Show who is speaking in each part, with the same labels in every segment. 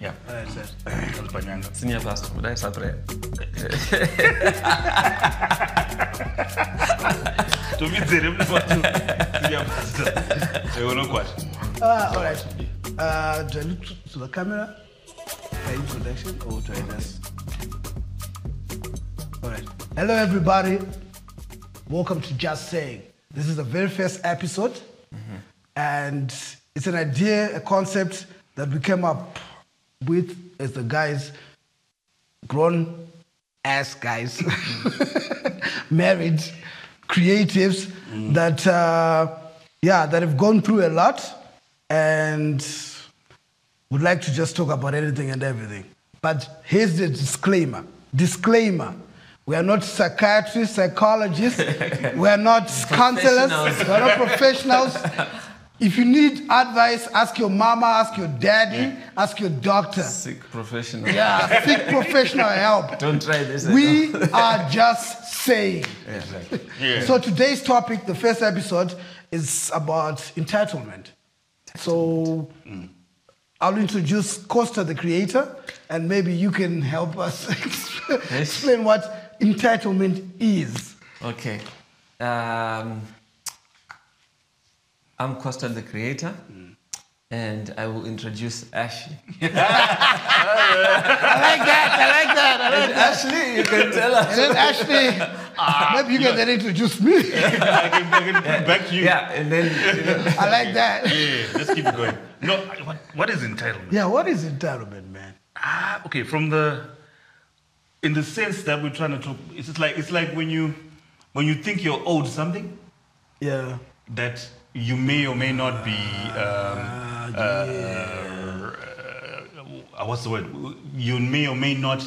Speaker 1: Ja.
Speaker 2: Eh, ses.
Speaker 1: To jest panienka.
Speaker 3: Ty nie znasz, daj satry.
Speaker 1: To widzę rybny płaszcz. Ja płaszcz. Ewo no płaszcz.
Speaker 2: Ah, all right. Uh, do I look to, to the camera for introduction or do I just? All right. Hello, everybody. Welcome to Just Saying. This is the very first episode, and it's an idea, a concept that we came up with as the guys, grown ass guys, married, creatives that, uh, yeah, that have gone through a lot and would like to just talk about anything and everything. But here's the disclaimer disclaimer. We are not psychiatrists, psychologists. we are not counselors.
Speaker 3: Professionals.
Speaker 2: We are not professionals. If you need advice, ask your mama, ask your daddy, ask your doctor.
Speaker 3: Sick professional.
Speaker 2: Yeah, seek professional help.
Speaker 3: Don't try this. eh? at all.
Speaker 2: We are just saying.
Speaker 1: Yeah.
Speaker 2: So today's topic, the first episode, is about entitlement. So I'll introduce Costa, the creator, and maybe you can help us explain what entitlement is.
Speaker 3: Okay. Um, I'm Costa the creator,
Speaker 2: Hmm.
Speaker 3: and I will introduce Ashley.
Speaker 2: I like that. I like that. I like that.
Speaker 3: Ashley, you can tell us.
Speaker 2: And then Ashley,
Speaker 1: Ah,
Speaker 2: maybe you can then introduce me.
Speaker 1: I can, I can put back to you.
Speaker 3: Yeah, and then you know,
Speaker 2: I like that.
Speaker 1: Yeah, let's keep it going. No, I- what, what is entitlement?
Speaker 2: Yeah, what is entitlement, man?
Speaker 1: Ah, okay, from the in the sense that we're trying to talk, it's just like it's like when you when you think you're owed something
Speaker 2: Yeah.
Speaker 1: that you may or may not be. Um, uh, uh, what's the word? You may or may not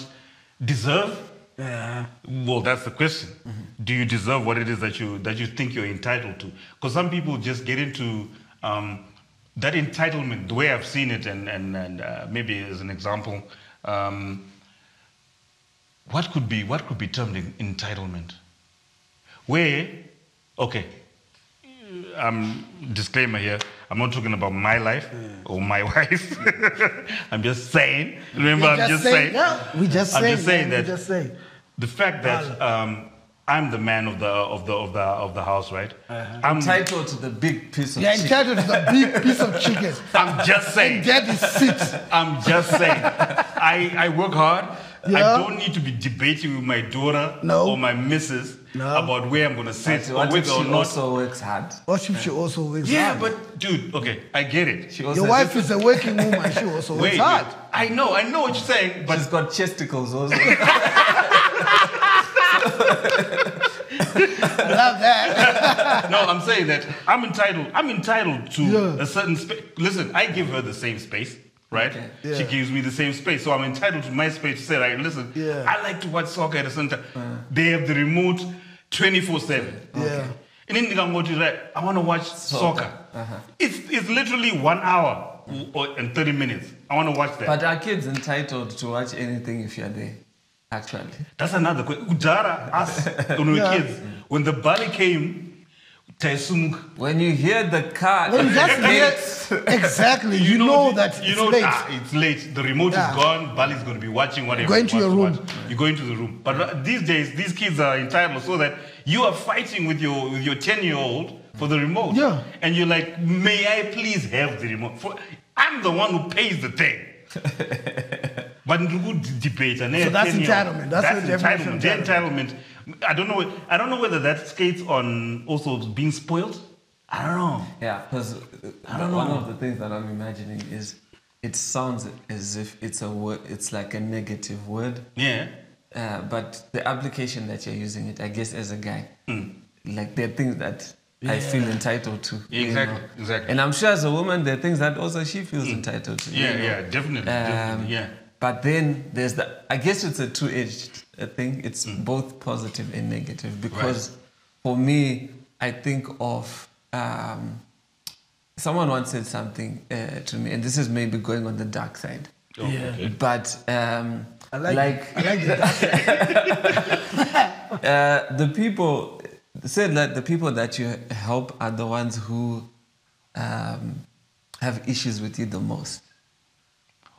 Speaker 1: deserve.
Speaker 2: Yeah.
Speaker 1: Well, that's the question. Do you deserve what it is that you that you think you're entitled to? Because some people just get into um, that entitlement. The way I've seen it, and and and uh, maybe as an example, um, what could be what could be termed en- entitlement? Where, okay, um, disclaimer here. I'm not talking about my life or my wife. I'm just saying. Remember, I'm just saying.
Speaker 2: yeah, we just
Speaker 1: I'm
Speaker 2: saying.
Speaker 1: just
Speaker 2: man,
Speaker 1: saying that
Speaker 2: We just saying.
Speaker 1: the fact that um, I'm the man of the of the of the of the house, right?
Speaker 2: Uh-huh. Hmm.
Speaker 1: I'm,
Speaker 3: title to the big piece of
Speaker 2: You're
Speaker 3: shit.
Speaker 2: entitled to the big piece of chicken.
Speaker 1: I'm just saying.
Speaker 2: That is it.
Speaker 1: I'm just saying. I, I work hard.
Speaker 2: Yeah.
Speaker 1: I don't need to be debating with my daughter
Speaker 2: No.
Speaker 1: or my missus
Speaker 2: No.
Speaker 1: about where I'm gonna sit
Speaker 3: But
Speaker 1: or
Speaker 3: What if
Speaker 1: whether or
Speaker 3: she
Speaker 1: not.
Speaker 3: also works hard?
Speaker 2: Worship she also works
Speaker 1: yeah,
Speaker 2: hard.
Speaker 1: but dude, okay, I get it.
Speaker 3: She also
Speaker 2: your wife is a working woman. She also works
Speaker 1: Wait,
Speaker 2: hard.
Speaker 1: wait. I know, I know what you're saying,
Speaker 3: But
Speaker 1: but
Speaker 3: she's got chesticles also.
Speaker 2: I love that.
Speaker 1: no, I'm saying that I'm entitled. I'm entitled to
Speaker 2: Yeah.
Speaker 1: a certain space. Listen, I give her the same space, right?
Speaker 3: Okay.
Speaker 2: Yeah.
Speaker 1: She gives me the same space, so I'm entitled to my space. To say, like, listen,
Speaker 2: Yeah.
Speaker 1: I like to watch soccer at a certain time.
Speaker 3: Uh.
Speaker 1: They have the remote, twenty four seven.
Speaker 2: Yeah.
Speaker 1: And then I'm going to like, I want to watch soccer.
Speaker 3: Uh-huh.
Speaker 1: It's it's literally one hour or, and thirty minutes. I want to watch that.
Speaker 3: but are kids entitled to watch anything if you're there? Actually.
Speaker 1: That's another question. Udara, us, when we were
Speaker 2: Yeah.
Speaker 1: kids, when the body came, Taisumuk.
Speaker 3: When you hear the car,
Speaker 2: When you just
Speaker 3: it's
Speaker 2: hear, exactly, you, know, that
Speaker 1: you
Speaker 2: it's
Speaker 1: know
Speaker 2: late.
Speaker 1: ah, it's late. The remote
Speaker 2: Yeah.
Speaker 1: is gone. Bali's going to be watching whatever.
Speaker 2: Going
Speaker 1: he
Speaker 2: to
Speaker 1: wants
Speaker 2: your
Speaker 1: watch. You go into the room. But uh, these days, these kids are entitled, so that you are fighting with your with your ten year old for the remote.
Speaker 2: Yeah.
Speaker 1: And you're like, may I please have the remote? For I'm the one who pays the thing. But good debate. And
Speaker 2: So that's entitlement. That's the definition of
Speaker 1: entitlement. The entitlement. I don't know. I don't know whether that skates on also being spoiled. I don't know.
Speaker 3: Yeah, because one of the things that I'm imagining is it sounds as if it's a word, it's like a negative word,
Speaker 1: Yeah.
Speaker 3: uh, but the application that you're using it, I guess, as a guy,
Speaker 1: Hmm.
Speaker 3: like there are things that I feel entitled to.
Speaker 1: Yeah, exactly, exactly. Hmm.
Speaker 3: And I'm sure as a woman, there are things that also she feels entitled to. you
Speaker 1: Yeah.
Speaker 3: know.
Speaker 1: Yeah. Definitely.
Speaker 3: Um,
Speaker 1: definitely yeah.
Speaker 3: But then there's the, I guess it's a two edged thing. It's both positive and negative because for me, I think of, um, someone once said something uh, to me, and this is maybe going on the dark side.
Speaker 1: Oh,
Speaker 2: Yeah.
Speaker 1: okay.
Speaker 3: But um,
Speaker 2: I like,
Speaker 3: like
Speaker 2: I like that.
Speaker 3: uh, the people said that the people that you help are the ones who um, have issues with you the most.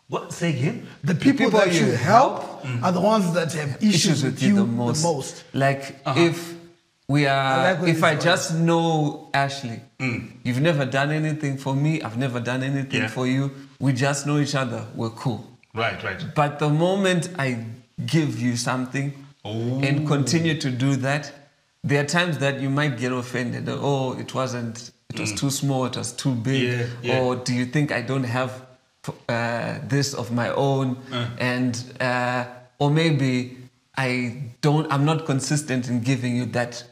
Speaker 1: What? Say again?
Speaker 2: The people,
Speaker 3: people
Speaker 2: that you
Speaker 3: you
Speaker 2: help, are the ones that have issues,
Speaker 3: issues with you the most.
Speaker 2: The most. Uh-huh.
Speaker 3: Like if we
Speaker 2: I
Speaker 3: are,
Speaker 2: like Mm. what
Speaker 3: if
Speaker 2: you
Speaker 3: I
Speaker 2: said.
Speaker 3: just know Ashley, you've never done anything for me. I've never done anything
Speaker 1: Yeah.
Speaker 3: for you. We just know each other. We're cool.
Speaker 1: Right, right.
Speaker 3: But the moment I give you something and continue to do that, there are times that you might get offended. Oh, it wasn't, it was too small, it was too big.
Speaker 1: Mm. Yeah, yeah.
Speaker 3: Or do you think I don't have uh, this of my own? And, uh, or maybe I don't, I'm not consistent in giving you that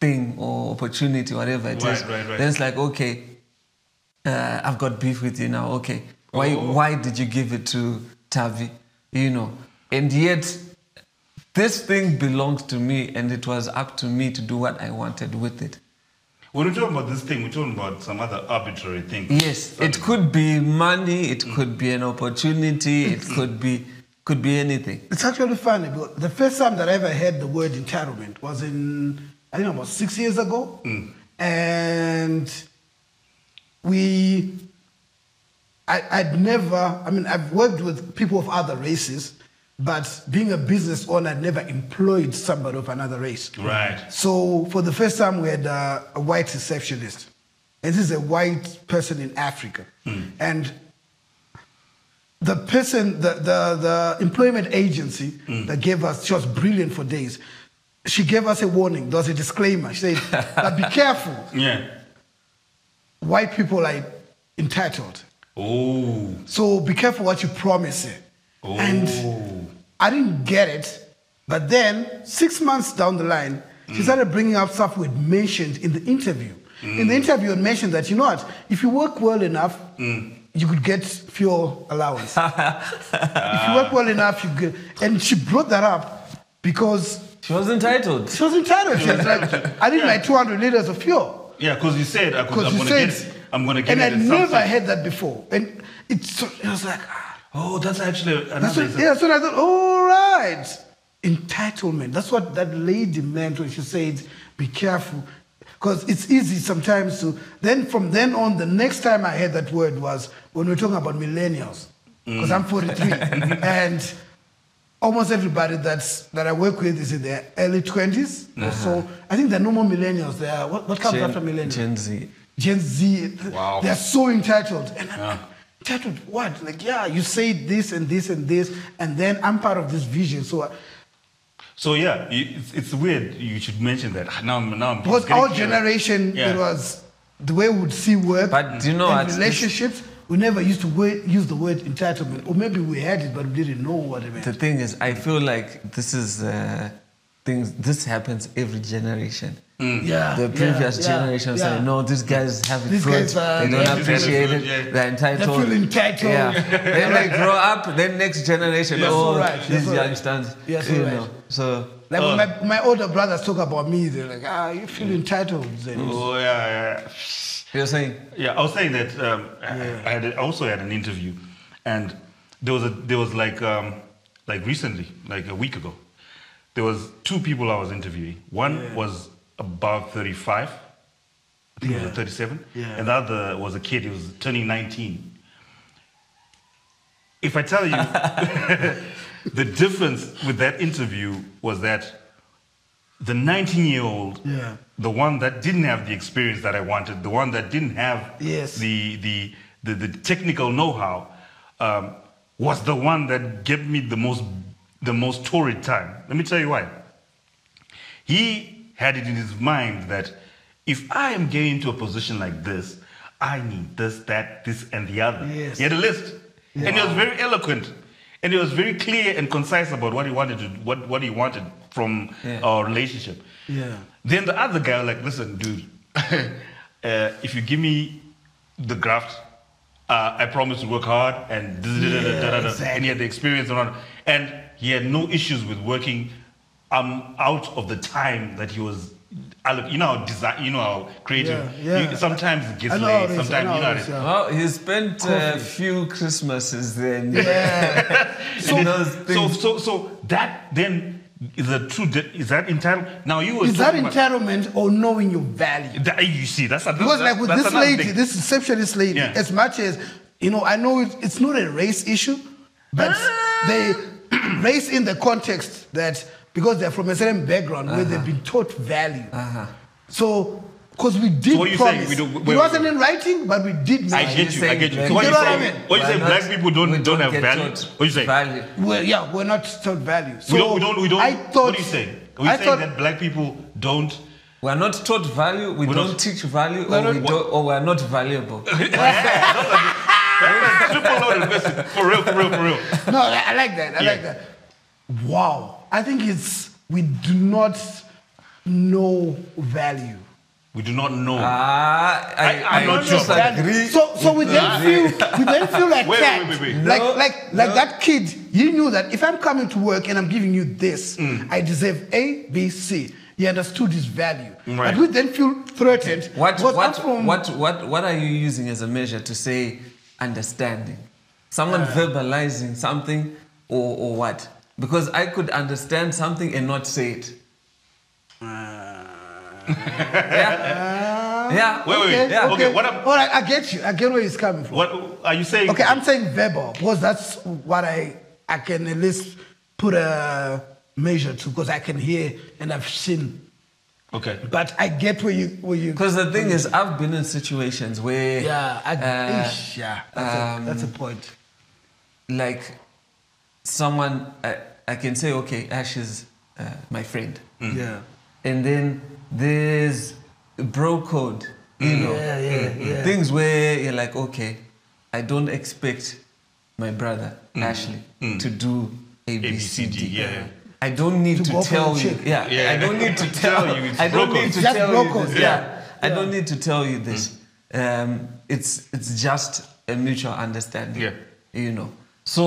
Speaker 3: thing or opportunity, whatever it is.
Speaker 1: Right, right, right.
Speaker 3: Then it's like, okay, uh, I've got beef with you now. Okay, why
Speaker 2: Oh,
Speaker 3: why did you give it to Tavi? You know, and yet this thing belongs to me, and it was up to me to do what I wanted with it.
Speaker 1: When we're talking about this thing, we're talking about some other arbitrary thing. Uh,
Speaker 3: Yes, it could be money, it
Speaker 2: Mm.
Speaker 3: could be an opportunity, it could be could be anything.
Speaker 2: It's actually funny because the first time that I ever heard the word entitlement was in I think about six years ago, and we. I, I'd never, I mean, I've worked with people of other races, but being a business owner, I'd never employed somebody of another race.
Speaker 1: Right.
Speaker 2: So for the first time, we had uh, a white receptionist. And this is a white person in Africa. And the person, the, the, the employment agency that gave us, she was brilliant for days. She gave us a warning. There was a disclaimer. She said, "But be careful.
Speaker 1: Yeah.
Speaker 2: White people are entitled.
Speaker 1: Oh.
Speaker 2: So be careful what you promise. her."
Speaker 1: Oh.
Speaker 2: And I didn't get it. But then, six months down the line, she started bringing up stuff we'd mentioned in the interview. In the interview, it mentioned that, you know what, if you work well enough, you could get fuel allowance. if you work well enough, you get. And she brought that up because
Speaker 3: She was entitled.
Speaker 2: she was entitled. She was like, I need my 200 liters of fuel.
Speaker 1: Yeah, because you said I could,
Speaker 2: Because
Speaker 1: I'm
Speaker 2: you
Speaker 1: going to
Speaker 2: said,
Speaker 1: get it. I'm going to get
Speaker 2: and
Speaker 1: it.
Speaker 2: I
Speaker 1: at some
Speaker 2: never
Speaker 1: stage.
Speaker 2: heard that before. And it's, so- it was like, ah,
Speaker 1: Oh, that's actually another.
Speaker 2: that's what,
Speaker 1: example.
Speaker 2: yeah, so I thought, all right, entitlement. That's what that lady meant when she said, be careful. Because it's easy sometimes to, then from then on, the next time I heard that word was when we were talking about millennials, because I'm 43. and almost everybody that's, that I work with is in their early 20s. So I think they're no more millennials. They are, what, what comes after
Speaker 3: Gen,
Speaker 2: millennials?
Speaker 3: Gen Z.
Speaker 2: Gen Z,
Speaker 1: Wow.
Speaker 2: they're so entitled. And I'm like, entitled what? Like, yeah, you say this and this and this, and then I'm part of this vision. So, I-
Speaker 1: So yeah, you- it's, it's weird. You should mention that. Now, I'm- now. I'm
Speaker 2: because
Speaker 1: just getting
Speaker 2: our
Speaker 1: clearer.
Speaker 2: generation,
Speaker 1: Yeah.
Speaker 2: it was the way we would see work
Speaker 3: But do you know
Speaker 2: and
Speaker 3: what?
Speaker 2: relationships. We never used to wo- use the word entitlement, or maybe we had it, but we didn't know what it meant.
Speaker 3: The thing is, I feel like this is uh, things. This happens every generation.
Speaker 2: Mm. Yeah,
Speaker 3: The
Speaker 2: yeah,
Speaker 3: previous
Speaker 2: yeah,
Speaker 3: generation
Speaker 2: yeah.
Speaker 3: said, no, these guys have it
Speaker 2: These
Speaker 3: good.
Speaker 2: guys are-
Speaker 3: they don't
Speaker 1: Yeah.
Speaker 3: appreciate it.
Speaker 1: Yeah.
Speaker 3: They're entitled.
Speaker 2: They feel entitled.
Speaker 3: Yeah. then they grow up, then next generation,
Speaker 1: Yes.
Speaker 3: oh,
Speaker 2: All right, yes,
Speaker 3: these
Speaker 2: all right.
Speaker 3: youngsters.
Speaker 2: Yes,
Speaker 3: you
Speaker 2: all right.
Speaker 3: know. So,
Speaker 2: Like when
Speaker 1: Oh.
Speaker 2: my, my older brothers talk about me, they're like, ah, you feel entitled. Then.
Speaker 1: Mm. Oh yeah, yeah.
Speaker 3: you're saying,
Speaker 1: Yeah, I was saying that um, I- I, had I also had an interview, and there was a there was like um, like recently, like a week ago, there was two people I was interviewing. One was about thirty five, I think it
Speaker 2: Yeah.
Speaker 1: was thirty seven,
Speaker 2: Yeah.
Speaker 1: and the other was a kid. He was turning nineteen. If I tell you, the difference with that interview was that the 19 year old,
Speaker 2: Yeah.
Speaker 1: the one that didn't have the experience that I wanted, the one that didn't have
Speaker 2: Yes.
Speaker 1: the, the, the, the technical know how, um, was the one that gave me the most, the most torrid time. Let me tell you why. He had it in his mind that if I am getting into a position like this, I need this, that, this, and the other.
Speaker 2: Yes.
Speaker 1: He had a list. And he was very eloquent. And he was very clear and concise about what he wanted to what, what he wanted from
Speaker 3: Yeah.
Speaker 1: our relationship.
Speaker 2: Yeah.
Speaker 1: Then the other guy was like, listen, dude, uh, if you give me the graft, uh, I promise to work hard and da- da- da- da- da- da- da.
Speaker 2: exactly.
Speaker 1: and he had the experience and all that. and he had no issues with working um, out of the time that he was alloc- you know how design you know how creative
Speaker 2: Yeah, yeah.
Speaker 1: You, sometimes it
Speaker 2: I know
Speaker 1: gets
Speaker 2: how it
Speaker 1: late
Speaker 2: is, I
Speaker 1: sometimes
Speaker 2: know
Speaker 1: you
Speaker 2: how it is,
Speaker 1: know how it is.
Speaker 2: yeah.
Speaker 3: well, he spent a few Christmases then.
Speaker 2: Yeah.
Speaker 3: So, those
Speaker 1: so
Speaker 3: things.
Speaker 1: so so that then is a true de- is that entitled now you were
Speaker 2: Is that
Speaker 1: talking about-
Speaker 2: entitlement or knowing your value?
Speaker 1: that, you see that's another
Speaker 2: Because like
Speaker 1: that's-
Speaker 2: with
Speaker 1: that's
Speaker 2: this
Speaker 1: another
Speaker 2: lady,
Speaker 1: thing.
Speaker 2: this receptionist lady,
Speaker 1: Yeah.
Speaker 2: as much as you know, I know it, it's not a race issue, But
Speaker 1: Ah.
Speaker 2: they race in the context that because they're from a certain background where
Speaker 1: Uh-huh.
Speaker 2: they've been taught value. So, because we did
Speaker 1: So what you saying,
Speaker 2: promise.
Speaker 1: we don't-
Speaker 2: it
Speaker 1: wait,
Speaker 2: wasn't
Speaker 1: wait.
Speaker 2: in writing, but we did.
Speaker 1: I
Speaker 2: promise.
Speaker 1: get you. I
Speaker 3: saying
Speaker 1: get you.
Speaker 3: black
Speaker 1: So What you
Speaker 2: people-
Speaker 1: say?
Speaker 2: Right.
Speaker 1: What you
Speaker 3: We're
Speaker 1: say?
Speaker 3: not-
Speaker 1: Black people don't
Speaker 3: we
Speaker 1: don't, have
Speaker 3: get
Speaker 1: value.
Speaker 3: taught
Speaker 1: What you say?
Speaker 3: Value.
Speaker 2: Well, yeah, we're not taught value. So
Speaker 1: we don't. We don't. We don't.
Speaker 2: I thought.
Speaker 1: what do you say? Are we
Speaker 2: I
Speaker 1: saying
Speaker 2: thought-
Speaker 1: that black people don't?
Speaker 3: We are not taught value. We
Speaker 1: We're
Speaker 3: don't
Speaker 1: not-
Speaker 3: teach value,
Speaker 2: We're
Speaker 3: or
Speaker 2: not-
Speaker 3: we don't, or we are not valuable.
Speaker 1: Triple loaded question. For real. For real. For real.
Speaker 2: No, I, I like that. I
Speaker 1: Yeah.
Speaker 2: like that. Wow. I think it's we do not know value.
Speaker 1: We do not know.
Speaker 3: Ah, I,
Speaker 1: I- I'm
Speaker 3: I
Speaker 1: not
Speaker 2: We don't know value.
Speaker 3: disagree.
Speaker 2: So, so we then feel we then feel like
Speaker 1: Wait,
Speaker 2: that.
Speaker 1: wait, wait,
Speaker 3: wait.
Speaker 2: Like,
Speaker 3: No,
Speaker 2: like, like
Speaker 3: no.
Speaker 2: that kid. He knew that if I'm coming to work and I'm giving you this,
Speaker 1: Mm.
Speaker 2: I deserve A, B, C. He understood his value,
Speaker 1: Right.
Speaker 2: but we then feel threatened.
Speaker 3: What,
Speaker 2: because I'm
Speaker 3: what,
Speaker 2: from-
Speaker 3: what, what, what are you using as a measure to say understanding? Someone
Speaker 2: Uh,
Speaker 3: verbalizing something or, or what? Because I could understand something and not say it.
Speaker 2: Uh, uh,
Speaker 3: yeah. yeah.
Speaker 1: Wait, wait, wait.
Speaker 3: Yeah.
Speaker 1: Okay, what I'm-
Speaker 2: All right, I get you. I get where he's coming from.
Speaker 1: What are you saying?
Speaker 2: Okay, I'm saying verbal because that's what I I can at least put a measure to because I can hear and I've seen.
Speaker 1: Okay.
Speaker 2: But I get where you where you.
Speaker 3: Because the thing is, I've been in situations where.
Speaker 2: Yeah, I,
Speaker 3: uh, um,
Speaker 2: ish, yeah. That's, a, that's a point.
Speaker 3: like someone I, I can say okay ash is uh, my friend
Speaker 1: Mm.
Speaker 2: Yeah.
Speaker 3: and then there's bro code you know
Speaker 2: Mm. Yeah, yeah,
Speaker 1: Mm,
Speaker 2: yeah.
Speaker 3: things where you're like okay i don't expect my brother ashley to do a b c d
Speaker 1: ABCD, yeah, yeah.
Speaker 3: i don't need
Speaker 2: To
Speaker 3: to,
Speaker 2: go for
Speaker 3: tell
Speaker 2: the
Speaker 3: you
Speaker 2: chick.
Speaker 3: yeah,
Speaker 1: Yeah.
Speaker 3: i don't need to
Speaker 1: To
Speaker 3: tell
Speaker 1: tell you, it's
Speaker 3: i don't
Speaker 1: bro
Speaker 3: need
Speaker 1: code.
Speaker 3: to
Speaker 2: Just
Speaker 3: tell
Speaker 2: bro
Speaker 3: you
Speaker 2: code,
Speaker 3: this.
Speaker 2: yeah.
Speaker 3: i don't need to tell you this um, it's it's just a mutual understanding
Speaker 1: Yeah.
Speaker 3: you know so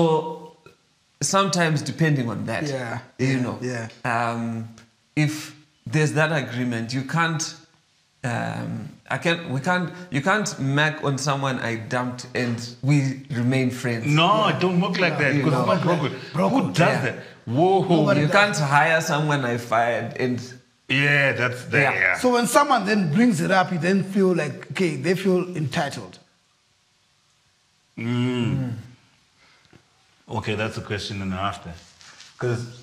Speaker 3: sometimes depending on that
Speaker 2: Yeah,
Speaker 3: you
Speaker 2: yeah,
Speaker 3: know
Speaker 2: yeah.
Speaker 3: um, if there's that agreement you can't um, I can't we can't you can't mac on someone I dumped and we remain friends
Speaker 1: No, don't work like that. Because
Speaker 3: No.
Speaker 1: it's not broken. Who
Speaker 2: Broken,
Speaker 1: does
Speaker 3: yeah.
Speaker 1: that? Whoa.
Speaker 2: Nobody-
Speaker 3: you can't hire someone I fired and
Speaker 1: Yeah, that's there.
Speaker 3: Yeah.
Speaker 1: Yeah.
Speaker 2: So when someone then brings it up, you then feel like okay, they feel entitled.
Speaker 1: Okay, that's a question and a half then. Because,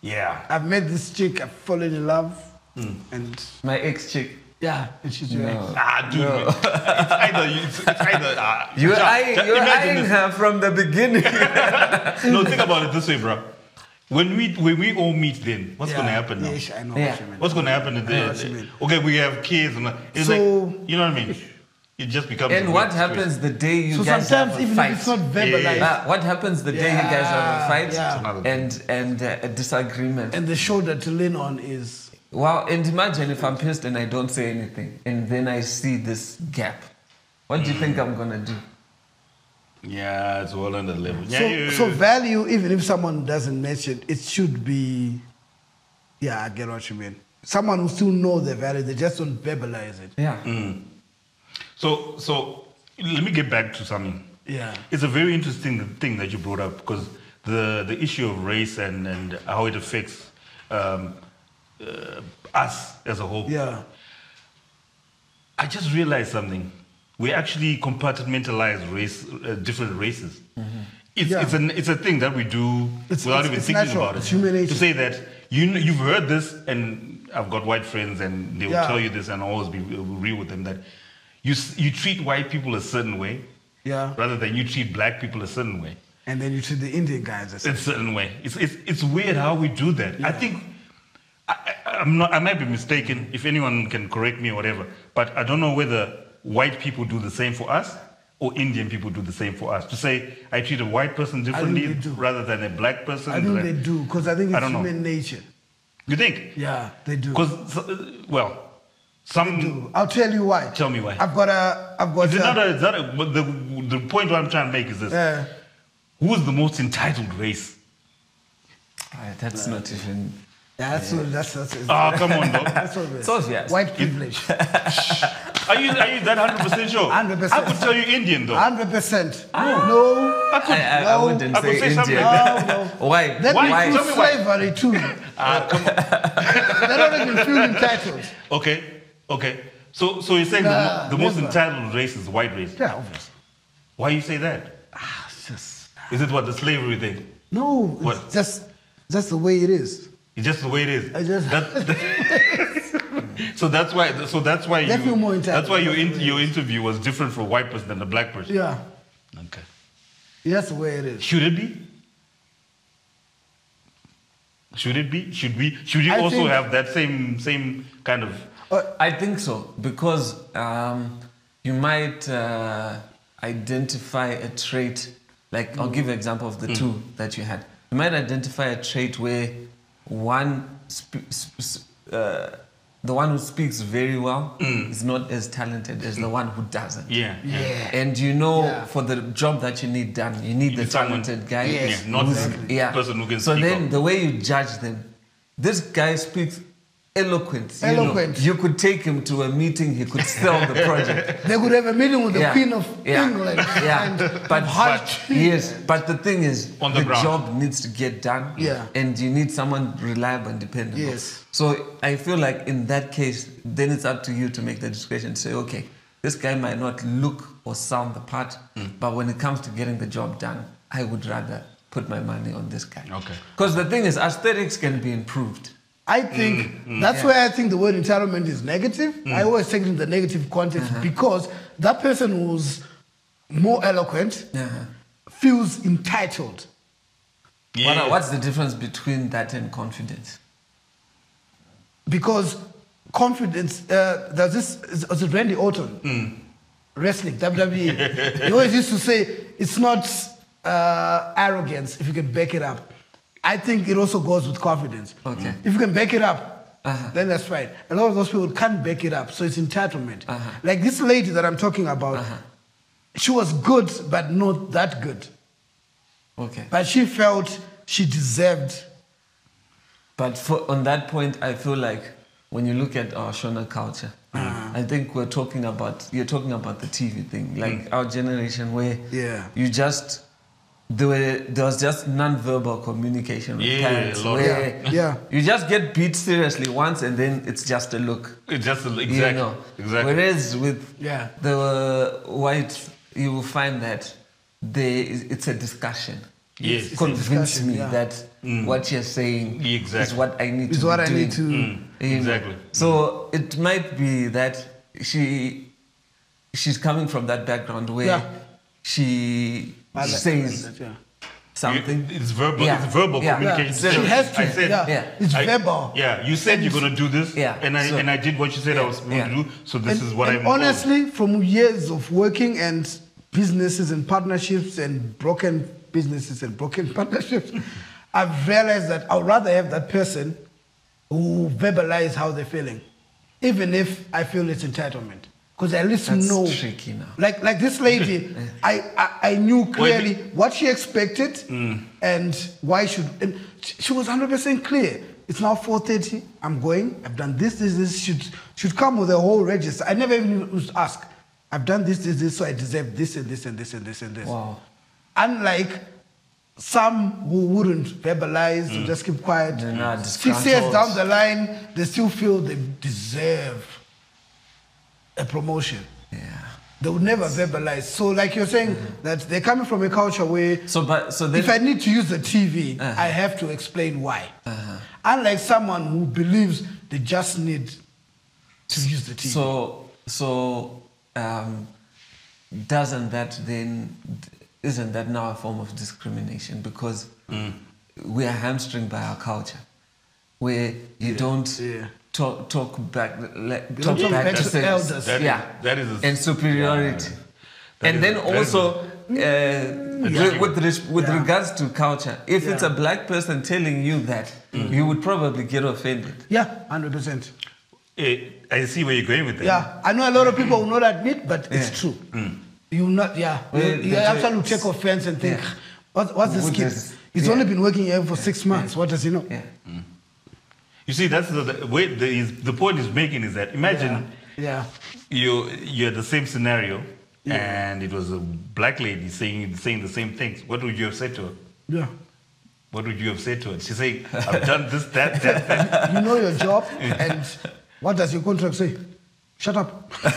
Speaker 1: yeah.
Speaker 2: I've met this chick, I've fallen in love,
Speaker 1: Mm.
Speaker 2: and
Speaker 3: my ex chick
Speaker 2: yeah, and she's your ex.
Speaker 1: Ah, dude. man. It's either you- it's, it's either ah,
Speaker 3: you're
Speaker 1: just-
Speaker 3: eyeing,
Speaker 1: just
Speaker 3: you're
Speaker 1: imagine
Speaker 3: eyeing
Speaker 1: this.
Speaker 3: her from the beginning
Speaker 1: No, think about it this way, bro. When we when we all meet, then what's gonna happen now?
Speaker 2: Yeah, ish, I know
Speaker 3: Yeah.
Speaker 2: what you mean.
Speaker 1: What's gonna happen at the
Speaker 2: I know what you
Speaker 1: end?
Speaker 2: mean.
Speaker 1: Okay, we have kids, and it's
Speaker 2: So-
Speaker 1: like you know what I mean. It just becomes. a
Speaker 3: and
Speaker 1: weird
Speaker 3: what
Speaker 1: situation.
Speaker 3: happens the day you
Speaker 2: So
Speaker 3: guys have
Speaker 2: sometimes
Speaker 3: a
Speaker 2: even
Speaker 3: fight?
Speaker 2: if it's not
Speaker 1: yeah,
Speaker 2: verbalized,
Speaker 1: yeah.
Speaker 3: Ah, what happens the day you guys have a
Speaker 2: Yeah,
Speaker 3: fight
Speaker 2: yeah. It's
Speaker 1: another thing.
Speaker 3: and and uh, a disagreement?
Speaker 2: and the shoulder to lean on is
Speaker 3: Wow, and imagine if I'm pissed and I don't say anything, and then I see this gap. What do you think I'm gonna do?
Speaker 1: Yeah, it's all on the level. Yeah,
Speaker 2: so,
Speaker 1: yeah,
Speaker 2: so
Speaker 1: yeah.
Speaker 2: value even if someone doesn't mention it should be yeah i get what you mean someone will still know the value they just don't verbalize it
Speaker 3: Yeah.
Speaker 1: So, so let me get back to something.
Speaker 2: Yeah.
Speaker 1: It's a very interesting thing that you brought up because the, the issue of race and, and how it affects um, uh, us as a whole.
Speaker 2: yeah
Speaker 1: I just realized something. We actually compartmentalize race, uh, different races. It's,
Speaker 2: Mm-hmm. Yeah.
Speaker 1: it's, an, it's a thing that we do
Speaker 2: It's-
Speaker 1: without
Speaker 2: it's-
Speaker 1: even
Speaker 2: it's
Speaker 1: thinking
Speaker 2: natural.
Speaker 1: about it.
Speaker 2: It's human nature.
Speaker 1: To say that you kn- you've heard this, and I've got white friends, and they will
Speaker 2: Yeah.
Speaker 1: tell you this, and I'll always be uh, real with them that you s- you treat white people a certain way,
Speaker 2: yeah
Speaker 1: rather than you treat black people a certain way.
Speaker 2: and then you see the indian guys as-
Speaker 1: It's a certain way. It's it's, it's weird how we do that. I think I, I, I'm not. I might be mistaken. If anyone can correct me or whatever, but I don't know whether white people do the same for us or Indian people do the same for us. To say I treat a white person differently
Speaker 2: they do.
Speaker 1: rather than a black person.
Speaker 2: i think
Speaker 1: like-
Speaker 2: they do because i think
Speaker 1: I
Speaker 2: it's
Speaker 1: don't know.
Speaker 2: human nature
Speaker 1: You think?
Speaker 2: yeah they do
Speaker 1: Because well, some.
Speaker 2: Do. I'll tell you why.
Speaker 1: Tell me why.
Speaker 2: I've got a. I've got
Speaker 1: Is it
Speaker 2: a.
Speaker 1: not a, is that a, but the, the point I'm trying to make is this.
Speaker 2: Yeah.
Speaker 1: Who's the most entitled race?
Speaker 3: Ah, that's not even.
Speaker 2: that's, what- that's that's that's.
Speaker 1: Ah, come on, dog.
Speaker 2: that's what it is.
Speaker 3: So, yes.
Speaker 2: White privilege.
Speaker 1: Are you, are you that 100% sure?
Speaker 2: 100%.
Speaker 1: I could tell you Indian, though.
Speaker 2: Hundred percent.
Speaker 1: Ah.
Speaker 2: No.
Speaker 1: I could.
Speaker 3: I, I, I
Speaker 2: No,
Speaker 3: wouldn't
Speaker 1: I could
Speaker 3: say
Speaker 1: say something
Speaker 3: India.
Speaker 2: like that.
Speaker 3: Why?
Speaker 2: That
Speaker 1: Why?
Speaker 3: Why?
Speaker 1: Tell
Speaker 2: includes
Speaker 1: me why.
Speaker 2: slavery too.
Speaker 1: Ah, come on.
Speaker 2: they don't even feel entitled.
Speaker 1: Okay, okay. So, so you're saying
Speaker 2: Nah,
Speaker 1: the, mo- the most
Speaker 2: never.
Speaker 1: entitled race is white race.
Speaker 2: Yeah, obviously.
Speaker 1: Why you say that?
Speaker 2: Ah, it's just.
Speaker 1: Is it what the slavery thing?
Speaker 2: No,
Speaker 1: What?
Speaker 2: it's just that's the way it is.
Speaker 1: It's just the way it is.
Speaker 2: I just-
Speaker 1: That- that- so that's why. So that's why you.
Speaker 2: They feel more entitled.
Speaker 1: That's why your in, your interview was different for white person than the black person.
Speaker 2: Yeah,
Speaker 1: Okay.
Speaker 2: that's the way it is.
Speaker 1: Should it be? Should it be? Should we? Should you
Speaker 2: I
Speaker 1: also
Speaker 2: think-
Speaker 1: have that same same kind of?
Speaker 3: I think so because um, you might uh, identify a trait. Like I'll give an example of the two that you had. You might identify a trait where one, sp- sp- s- uh, the one who speaks very well, is not as talented as the one who doesn't.
Speaker 1: Yeah.
Speaker 2: Yeah.
Speaker 3: And you know,
Speaker 2: Yeah.
Speaker 3: for the job that you need done, you need the
Speaker 1: need someone-
Speaker 3: talented guy.
Speaker 1: Yes. Yeah, not
Speaker 3: who's-
Speaker 1: the person who can
Speaker 3: So
Speaker 1: speak
Speaker 3: then,
Speaker 1: up.
Speaker 3: the way you judge them, this guy speaks eloquent. you know.
Speaker 2: Eloquent.
Speaker 3: You could take him to a meeting. He could sell the project.
Speaker 2: They could have a meeting with the
Speaker 3: Yeah.
Speaker 2: Queen of
Speaker 3: Yeah.
Speaker 2: England.
Speaker 3: Yeah.
Speaker 2: and
Speaker 3: But-
Speaker 2: heart.
Speaker 3: yes, but the thing is,
Speaker 1: On the ground.
Speaker 3: job needs to get done.
Speaker 2: Yeah.
Speaker 3: And you need someone reliable and dependable.
Speaker 2: Yes.
Speaker 3: So I feel like in that case, then it's up to you to make the discretion. Say, okay, this guy might not look or sound the part,
Speaker 1: Hmm.
Speaker 3: but when it comes to getting the job done, I would rather put my money on this guy.
Speaker 1: Okay.
Speaker 3: Because the thing is, aesthetics can be improved.
Speaker 2: I think that's why I think the word entitlement is negative. I always take it in the negative context because that person who's more eloquent
Speaker 3: Uh-huh.
Speaker 2: feels entitled.
Speaker 1: Yeah.
Speaker 3: What- what's the difference between that and confidence?
Speaker 2: because confidence. Uh, there's this was it Randy Orton
Speaker 3: Hmm.
Speaker 2: wrestling WWE. he always used to say it's not uh, arrogance if you can back it up. I think it also goes with confidence.
Speaker 3: Okay.
Speaker 2: If you can back it up,
Speaker 3: Uh-huh.
Speaker 2: then that's fine. A lot of those people can't back it up, so it's entitlement.
Speaker 3: Uh-huh.
Speaker 2: Like this lady that I'm talking about, she was good but not that good.
Speaker 3: Okay.
Speaker 2: But she felt she deserved.
Speaker 3: But for, on that point, I feel like when you look at our Shona culture, I think we're talking about you're talking about the TV thing, like our generation where
Speaker 2: Yeah.
Speaker 3: you just there, were, there was just non-verbal communication with
Speaker 1: Yeah,
Speaker 3: parents
Speaker 1: a lot.
Speaker 3: where
Speaker 2: Yeah, yeah.
Speaker 3: you just get beat seriously once and then it's just a look.
Speaker 1: It's just exactly
Speaker 3: You know?
Speaker 1: exactly.
Speaker 3: Whereas with
Speaker 2: Yeah.
Speaker 3: the white, you will find that they it's a discussion.
Speaker 1: Yes. It's
Speaker 2: a
Speaker 3: Convince
Speaker 2: discussion,
Speaker 3: me
Speaker 2: yeah.
Speaker 3: that what you're saying is
Speaker 1: Exactly.
Speaker 3: what I need
Speaker 2: Is
Speaker 3: to
Speaker 2: what
Speaker 3: be
Speaker 2: I
Speaker 3: doing.
Speaker 2: need to- Mm,
Speaker 3: You know?
Speaker 1: exactly.
Speaker 3: So it might be that she she's coming from that background where
Speaker 2: Yeah.
Speaker 3: she says
Speaker 2: Yeah.
Speaker 3: something.
Speaker 1: You- it's verbal.
Speaker 3: Yeah.
Speaker 1: It's verbal
Speaker 3: Yeah.
Speaker 1: communication.
Speaker 3: Yeah.
Speaker 2: She has to.
Speaker 1: I said,
Speaker 2: yeah.
Speaker 3: yeah.
Speaker 2: It's
Speaker 1: I-
Speaker 2: verbal.
Speaker 1: Yeah, you said you're gonna do this,
Speaker 3: Yeah,
Speaker 1: and I
Speaker 3: so-
Speaker 1: and I did what you said I
Speaker 3: Yeah,
Speaker 1: was supposed
Speaker 3: yeah.
Speaker 1: to do. So this
Speaker 2: And-
Speaker 1: is what
Speaker 2: and
Speaker 1: I'm.
Speaker 2: honestly from years of working and businesses and partnerships and broken businesses and broken partnerships i've realized that i'd rather have that person who verbalize how they're feeling even if i feel it's entitlement because at least
Speaker 3: That's
Speaker 2: know
Speaker 3: tricky now.
Speaker 2: like like this lady I, I i knew clearly what she expected and why should and sh- she was 100% clear it's now 4.30 i'm going i've done this this this should should come with a whole register i never even was asked i've done this this this so i deserve this and this and this and this and this
Speaker 3: Wow.
Speaker 2: unlike some who wouldn't verbalize or just keep quiet
Speaker 3: Mm. They're not
Speaker 2: six years
Speaker 3: disgruntled.
Speaker 2: down the line they still feel they deserve a promotion
Speaker 3: Yeah.
Speaker 2: they would never verbalize. So, like you're saying,
Speaker 3: Mm-hmm.
Speaker 2: that they're coming from a culture where
Speaker 3: So but so then Uh-huh.
Speaker 2: if I need to use the TV, I have to explain why. Unlike someone who believes they just need to use the TV.
Speaker 3: So,
Speaker 1: Mm-hmm.
Speaker 3: so um, doesn't that then isn't that now a form of discrimination because
Speaker 1: Mm.
Speaker 3: we are hamstringed by our culture, where you don't
Speaker 2: yeah.
Speaker 3: talk talk back like,
Speaker 2: don't
Speaker 3: talk
Speaker 2: talk
Speaker 3: back
Speaker 2: back
Speaker 3: to
Speaker 2: to
Speaker 3: say-
Speaker 2: elders.
Speaker 1: That is-
Speaker 3: yeah,
Speaker 1: that is a-
Speaker 3: and superiority, and then
Speaker 1: that is a-
Speaker 3: also. Uh, re- with res- with
Speaker 2: Mm. Yeah.
Speaker 3: regards to culture, if it's a
Speaker 2: Yeah.
Speaker 3: black person telling you that,
Speaker 1: Mm.
Speaker 3: you would probably get offended.
Speaker 2: yeah, 100%.
Speaker 1: Eh, I see where you're going with that.
Speaker 2: Yeah, I know a lot of people will not admit, but
Speaker 3: Yeah. Mm.
Speaker 2: it's true. You not, yeah,
Speaker 3: Well,
Speaker 2: you, you
Speaker 3: they do-
Speaker 2: actually take offense and think,
Speaker 3: Yeah.
Speaker 2: what, what's this
Speaker 3: Who
Speaker 2: kid?
Speaker 3: does-
Speaker 2: He's
Speaker 3: yeah.
Speaker 2: only been working here for six months. What does he know?
Speaker 3: Yeah.
Speaker 1: You see, that's the, the way the, is, the point he's making is that imagine
Speaker 2: Yeah.
Speaker 1: you you had the same scenario and it was a black lady saying saying the same things. What would you have said to her?
Speaker 2: yeah.
Speaker 1: What would you have said to her? She's saying, I've done this, that, that, that.
Speaker 2: you know your job and what does your contract say? Shut up.
Speaker 1: You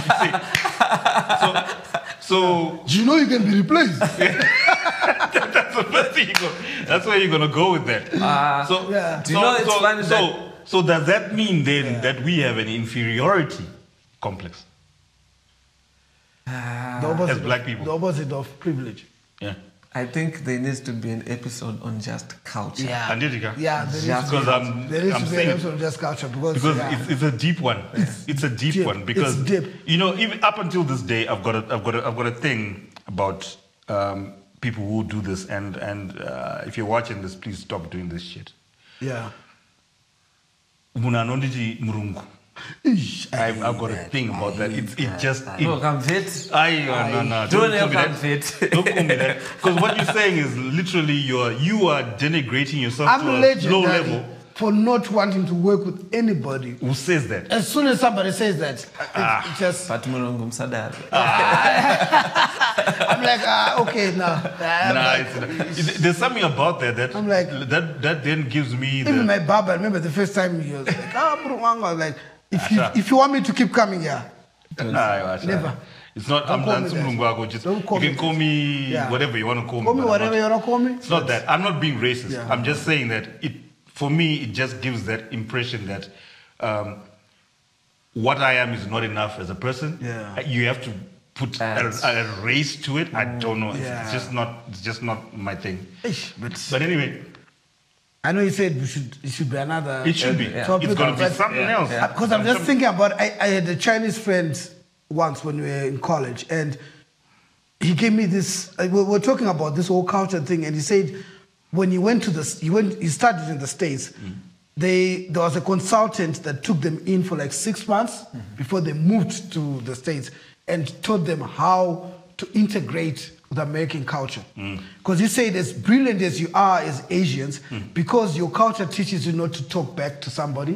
Speaker 1: see, so, So
Speaker 2: Do you know you can be replaced?
Speaker 1: that's the first thing you go. That's where you're gonna go with that. so,
Speaker 2: Yeah.
Speaker 3: Do you know it's
Speaker 1: so,
Speaker 3: funny
Speaker 1: so,
Speaker 3: that-
Speaker 1: so does that mean then that we have an inferiority complex?
Speaker 2: the opposite
Speaker 1: As black
Speaker 2: of-
Speaker 1: people.
Speaker 2: The opposite of privilege.
Speaker 1: Yeah.
Speaker 3: I think there needs to be an episode on just culture.
Speaker 1: Andirica.
Speaker 2: Yeah, there is
Speaker 3: Just
Speaker 1: Because I'm,
Speaker 2: there is
Speaker 1: I'm
Speaker 2: to be
Speaker 1: saying
Speaker 2: an episode of just culture because,
Speaker 1: because
Speaker 2: yeah.
Speaker 1: it's, it's a deep one. It's a deep,
Speaker 2: deep.
Speaker 1: one because
Speaker 2: It's deep.
Speaker 1: you know even up until this day I've got a, I've got a, I've got a thing about um, people who do this and and uh, if you're watching this please stop doing this shit.
Speaker 2: yeah.
Speaker 1: Munhu anonditi murungu. I've, I've got a thing about that. It, it just
Speaker 3: Uh, Look,
Speaker 1: it,
Speaker 3: I'm fit.
Speaker 1: I
Speaker 2: oh,
Speaker 1: no no
Speaker 3: Don't
Speaker 1: call me
Speaker 3: ever
Speaker 1: that.
Speaker 3: fit.
Speaker 1: Don't call me that because what you're saying is literally you are you are denigrating yourself
Speaker 2: I'm
Speaker 1: to a uh, low
Speaker 2: legendary
Speaker 1: level.
Speaker 2: for not wanting to work with anybody.
Speaker 1: Who says that?
Speaker 2: As soon as somebody says that, it's
Speaker 1: Ah.
Speaker 2: it's just
Speaker 3: But Mulungum Sadar.
Speaker 2: Ah. I'm like, ah, okay, now. Nah.
Speaker 1: Nah, it's not. There's something about that that
Speaker 2: I'm like-
Speaker 1: that that then gives me
Speaker 2: Even
Speaker 1: the
Speaker 2: my barber, I remember the first time he was like, ah, bro, I was like, if you,
Speaker 1: Asha.
Speaker 2: if you want me to keep coming here,
Speaker 1: nah, Asha.
Speaker 2: Never.
Speaker 1: It's not.
Speaker 2: Don't
Speaker 1: I'm
Speaker 2: call
Speaker 1: not
Speaker 2: me that.
Speaker 1: Sumlungu Wago, Just
Speaker 2: Don't call me
Speaker 1: you can call
Speaker 2: that.
Speaker 1: me
Speaker 2: Yeah.
Speaker 1: whatever you want to call me.
Speaker 2: call me
Speaker 1: but I'm
Speaker 2: whatever
Speaker 1: not-
Speaker 2: you want to call me.
Speaker 1: It's not that. I'm not being racist.
Speaker 2: Yeah.
Speaker 1: I'm just saying that it for me it just gives that impression that um, what I am is not enough as a person. Uh,
Speaker 2: Yeah.
Speaker 1: You have to put a,
Speaker 3: That's-
Speaker 1: a race to it. I don't know. It's- It's
Speaker 2: Yeah.
Speaker 1: just not. It's just not my thing.
Speaker 2: Eish, but
Speaker 1: But anyway,
Speaker 2: I know you said we should, it should be another.
Speaker 1: it should be.
Speaker 3: Yeah.
Speaker 1: It's gonna be something
Speaker 3: Yeah.
Speaker 1: else.
Speaker 2: Because I'm just
Speaker 1: Some-
Speaker 2: thinking about I, I had a Chinese friend once when we were in college, and he gave me this. Like, we were talking about this whole culture thing, and he said when he went to the he went he studied in the states. They there was a consultant that took them in for like six months before they moved to the states and taught them how to integrate the American culture. Because you say as brilliant as you are as Asians, because your culture teaches you not to talk back to somebody,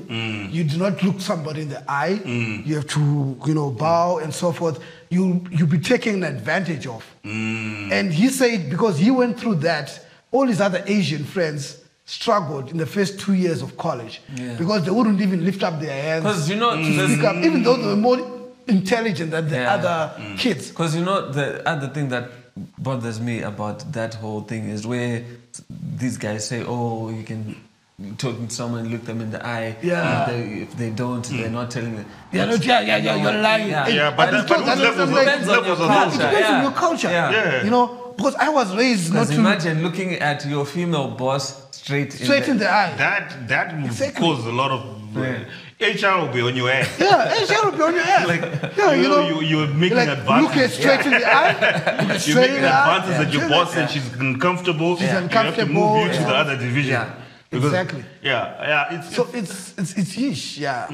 Speaker 2: you do not look somebody in the eye, you have to, you know, bow and so forth. You you be taken advantage of. And he said because he went through that, all his other Asian friends struggled in the first two years of college
Speaker 3: Yeah.
Speaker 2: because they wouldn't even lift up their hands.
Speaker 3: 'Cause you know,
Speaker 2: to
Speaker 3: there's-
Speaker 2: speak up, even though they were more intelligent than the
Speaker 3: Yeah. Mm.
Speaker 2: other kids.
Speaker 3: Because you know, the other thing that bothers me about that whole thing is where these guys say, oh, you can talk to someone, look them in the eye.
Speaker 2: Yeah. Mm.
Speaker 3: If they, if they don't, they're not telling them.
Speaker 2: Yeah, no, yeah, yeah, yeah, you're lying.
Speaker 1: Yeah, but
Speaker 2: And
Speaker 1: that- but
Speaker 2: so that's
Speaker 1: whose levels
Speaker 2: something
Speaker 1: are-
Speaker 2: like-
Speaker 1: whose levels are
Speaker 2: Yeah, it
Speaker 1: those?
Speaker 2: depends on
Speaker 3: Yeah.
Speaker 2: your culture.
Speaker 3: Yeah.
Speaker 1: Yeah.
Speaker 2: You know, because I was raised not
Speaker 3: Because
Speaker 2: to
Speaker 3: imagine looking at your female boss straight in
Speaker 2: straight
Speaker 3: the,
Speaker 2: in the eye.
Speaker 1: That that will
Speaker 2: Exactly.
Speaker 1: cause a lot of uh, HR will be on your ass.
Speaker 2: yeah, and she'll be on your ass.
Speaker 1: Like,
Speaker 2: yeah,
Speaker 1: you
Speaker 2: you
Speaker 1: know,
Speaker 2: know,
Speaker 1: you- you're making
Speaker 2: like,
Speaker 1: advances.
Speaker 2: Look at straight in the eye. look at
Speaker 1: You're
Speaker 2: straight
Speaker 1: making
Speaker 2: in the eye.
Speaker 1: advances at your boss, and she's uncomfortable.
Speaker 2: She's
Speaker 1: You have to
Speaker 2: uncomfortable,
Speaker 1: move you to
Speaker 2: yeah.
Speaker 1: the other division.
Speaker 3: Yeah,
Speaker 2: exactly.
Speaker 1: Yeah, yeah. It's,
Speaker 2: So it's it's it's yeesh, yeah.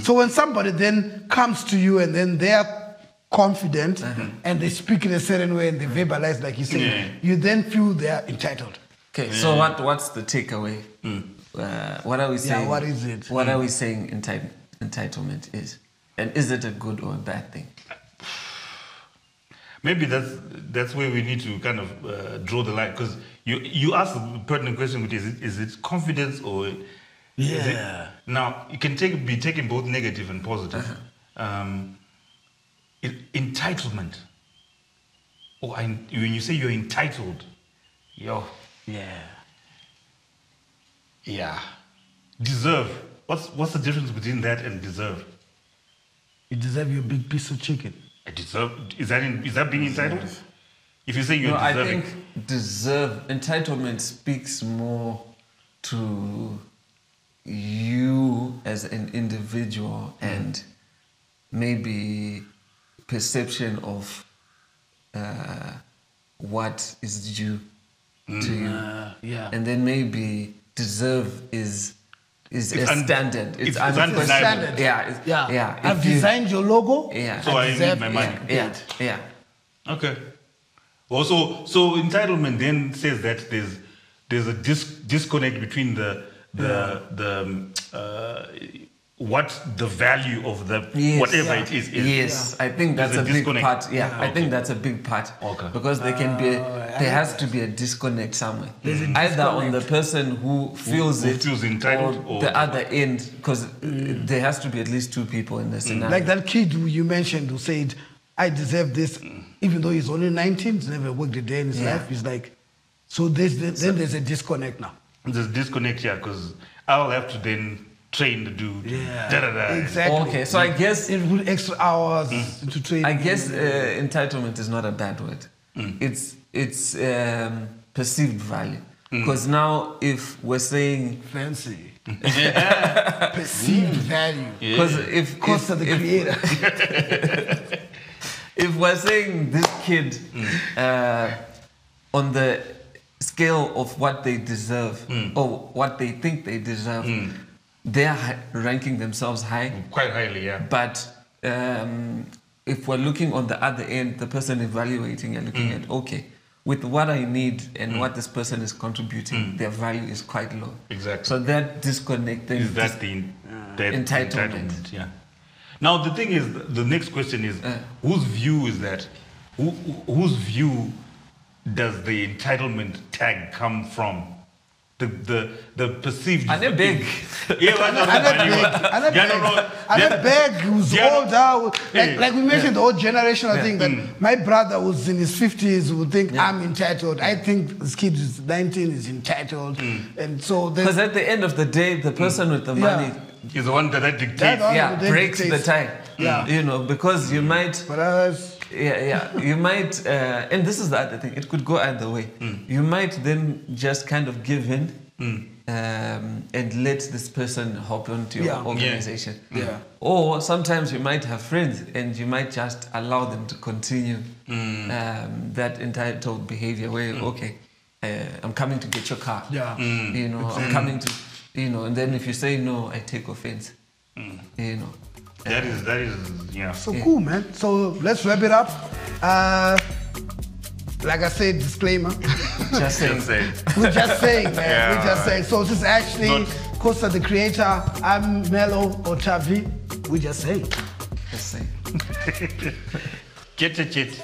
Speaker 2: So when somebody then comes to you and then they're confident and they speak in a certain way and they verbalize like you say,
Speaker 1: Mm-hmm. Yeah.
Speaker 2: you then feel they are entitled.
Speaker 3: Okay, so what, what's the takeaway? Uh, what are we saying?
Speaker 2: what is it?
Speaker 3: What are we saying enti- entitlement is? And is it a good or a bad thing?
Speaker 1: maybe that's that's where we need to kind of uh, draw the line because you you asked the pertinent question, which is it- is it confidence or is it-
Speaker 2: Yeah.
Speaker 1: now it can take be taken both negative and positive.
Speaker 3: Uh-huh.
Speaker 1: Um, it- entitlement. Oh, I, when you say you're entitled, yo,
Speaker 2: Yeah.
Speaker 1: yeah, deserve. What's what's the difference between that and deserve?
Speaker 2: You deserve your big piece of chicken.
Speaker 1: I deserve. Is that in, is that being entitled? If you say you're
Speaker 3: No, I
Speaker 1: deserving,
Speaker 3: think deserve entitlement speaks more to you as an individual and maybe perception of uh, what is due to
Speaker 2: Mm.
Speaker 3: you,
Speaker 1: Uh,
Speaker 2: yeah.
Speaker 3: and then maybe deserve is is
Speaker 1: It's
Speaker 3: a
Speaker 1: un-
Speaker 3: standard.
Speaker 1: it's
Speaker 3: unquestionable.
Speaker 1: undeniable.
Speaker 3: Yeah, it's,
Speaker 2: Yeah.
Speaker 3: yeah.
Speaker 2: I've
Speaker 3: If you-
Speaker 2: designed your logo.
Speaker 3: Yeah.
Speaker 1: so I,
Speaker 2: deserve
Speaker 1: need my
Speaker 2: it.
Speaker 1: money.
Speaker 3: yeah, yeah.
Speaker 1: Okay. Also, so entitlement then says that there's there's a dis- disconnect between the the the um, uh, what the value of the
Speaker 3: Yes.
Speaker 1: whatever
Speaker 2: Yeah.
Speaker 1: it is is.
Speaker 3: Yes, I think
Speaker 1: There's
Speaker 3: that's
Speaker 1: a
Speaker 3: a, big
Speaker 1: disconnect.
Speaker 3: part. Yeah, I
Speaker 1: Okay.
Speaker 3: think that's a big part.
Speaker 1: Okay.
Speaker 3: Because there can be,
Speaker 2: Oh, I
Speaker 3: there has
Speaker 2: like
Speaker 3: to be a disconnect somewhere. Either on the person who feels
Speaker 1: who
Speaker 3: it,
Speaker 1: feels entitled or-
Speaker 3: the other
Speaker 1: Mm.
Speaker 3: end, because there has to be at least two people in the scenario.
Speaker 2: Like that kid who you mentioned who said, I deserve this, even though he's only 19, he's never worked a day in his
Speaker 3: Yeah.
Speaker 2: life. He's like, so there's, then there's a disconnect now.
Speaker 1: There's disconnect here because I'll have to then train the dude.
Speaker 2: Yeah.
Speaker 1: Da, da, da.
Speaker 2: Exactly.
Speaker 3: Okay, so I guess
Speaker 2: It would extra hours to train.
Speaker 3: I guess uh, entitlement is not a bad word.
Speaker 2: Mm.
Speaker 3: It's it's um, perceived value.
Speaker 2: Mm.
Speaker 3: Because now, if we're saying,
Speaker 2: fancy. Perceived value.
Speaker 3: because if
Speaker 2: Cost
Speaker 3: if,
Speaker 2: of the
Speaker 3: if-
Speaker 2: creator.
Speaker 3: if we're saying this kid
Speaker 2: Mm.
Speaker 3: uh, on the scale of what they deserve
Speaker 2: Mm.
Speaker 3: or what they think they deserve, they're hi- ranking themselves high.
Speaker 1: Quite highly, yeah.
Speaker 3: But um, if we're looking on the other end, the person evaluating, you're looking
Speaker 1: Mm.
Speaker 3: at, okay, with what I need and what this person is contributing, their value is quite low.
Speaker 1: Mm. Exactly.
Speaker 3: So that disconnect then
Speaker 1: Is
Speaker 3: dis-
Speaker 1: that the that
Speaker 3: uh, Entitlement.
Speaker 1: entitlement? Yeah. Now the thing is, the next question is,
Speaker 3: Uh.
Speaker 1: whose view is that? Who, who- whose view does the entitlement tag come from? The the the perceived.
Speaker 3: And they're big.
Speaker 1: Yeah, but no,
Speaker 2: And
Speaker 1: but you are-
Speaker 2: a
Speaker 1: yeah,
Speaker 2: bag,
Speaker 1: no, no,
Speaker 2: and
Speaker 1: yeah.
Speaker 2: a bag who's
Speaker 1: Yeah, no.
Speaker 2: older,
Speaker 1: Yeah. Mm.
Speaker 2: like, like we mentioned, the old generational
Speaker 3: Yeah.
Speaker 2: thing that my brother was in his 50s would think I'm entitled. I think this kid is 19 is entitled.
Speaker 1: Mm.
Speaker 2: And so
Speaker 3: Because
Speaker 2: there's
Speaker 3: at the end of the day, the person with the
Speaker 2: Yeah.
Speaker 3: money
Speaker 1: Is the one that I dictate.
Speaker 2: That's all.
Speaker 3: yeah,
Speaker 2: Then it
Speaker 3: breaks the
Speaker 2: takes-
Speaker 3: tie.
Speaker 2: Yeah.
Speaker 3: You know, because
Speaker 1: Mm.
Speaker 3: you might,
Speaker 2: but others.
Speaker 3: yeah, yeah, you might, uh, and this is the other thing, it could go either way.
Speaker 2: Hmm.
Speaker 3: You might then just kind of give in um, and let this person hop onto your
Speaker 2: Yeah.
Speaker 3: organization.
Speaker 2: Yeah. Yeah.
Speaker 3: Or sometimes you might have friends and you might just allow them to continue
Speaker 2: Hmm.
Speaker 3: um, that entitled behavior where, okay, uh, I'm coming to get your car.
Speaker 2: Yeah.
Speaker 3: You know,
Speaker 2: Hmm.
Speaker 3: I'm coming to, you know, and then if you say no, I take offense.
Speaker 2: Hmm.
Speaker 3: You know.
Speaker 1: That is that is yeah.
Speaker 2: So cool, man. So let's wrap it up. Uh, like I said, disclaimer.
Speaker 3: Just saying.
Speaker 1: Just saying.
Speaker 2: We're just saying, man.
Speaker 1: Yeah.
Speaker 2: We're just saying. So this is actually Costa the Creator. I'm Melo Otavi. We're just saying.
Speaker 3: Just saying.
Speaker 1: Chit chit chit.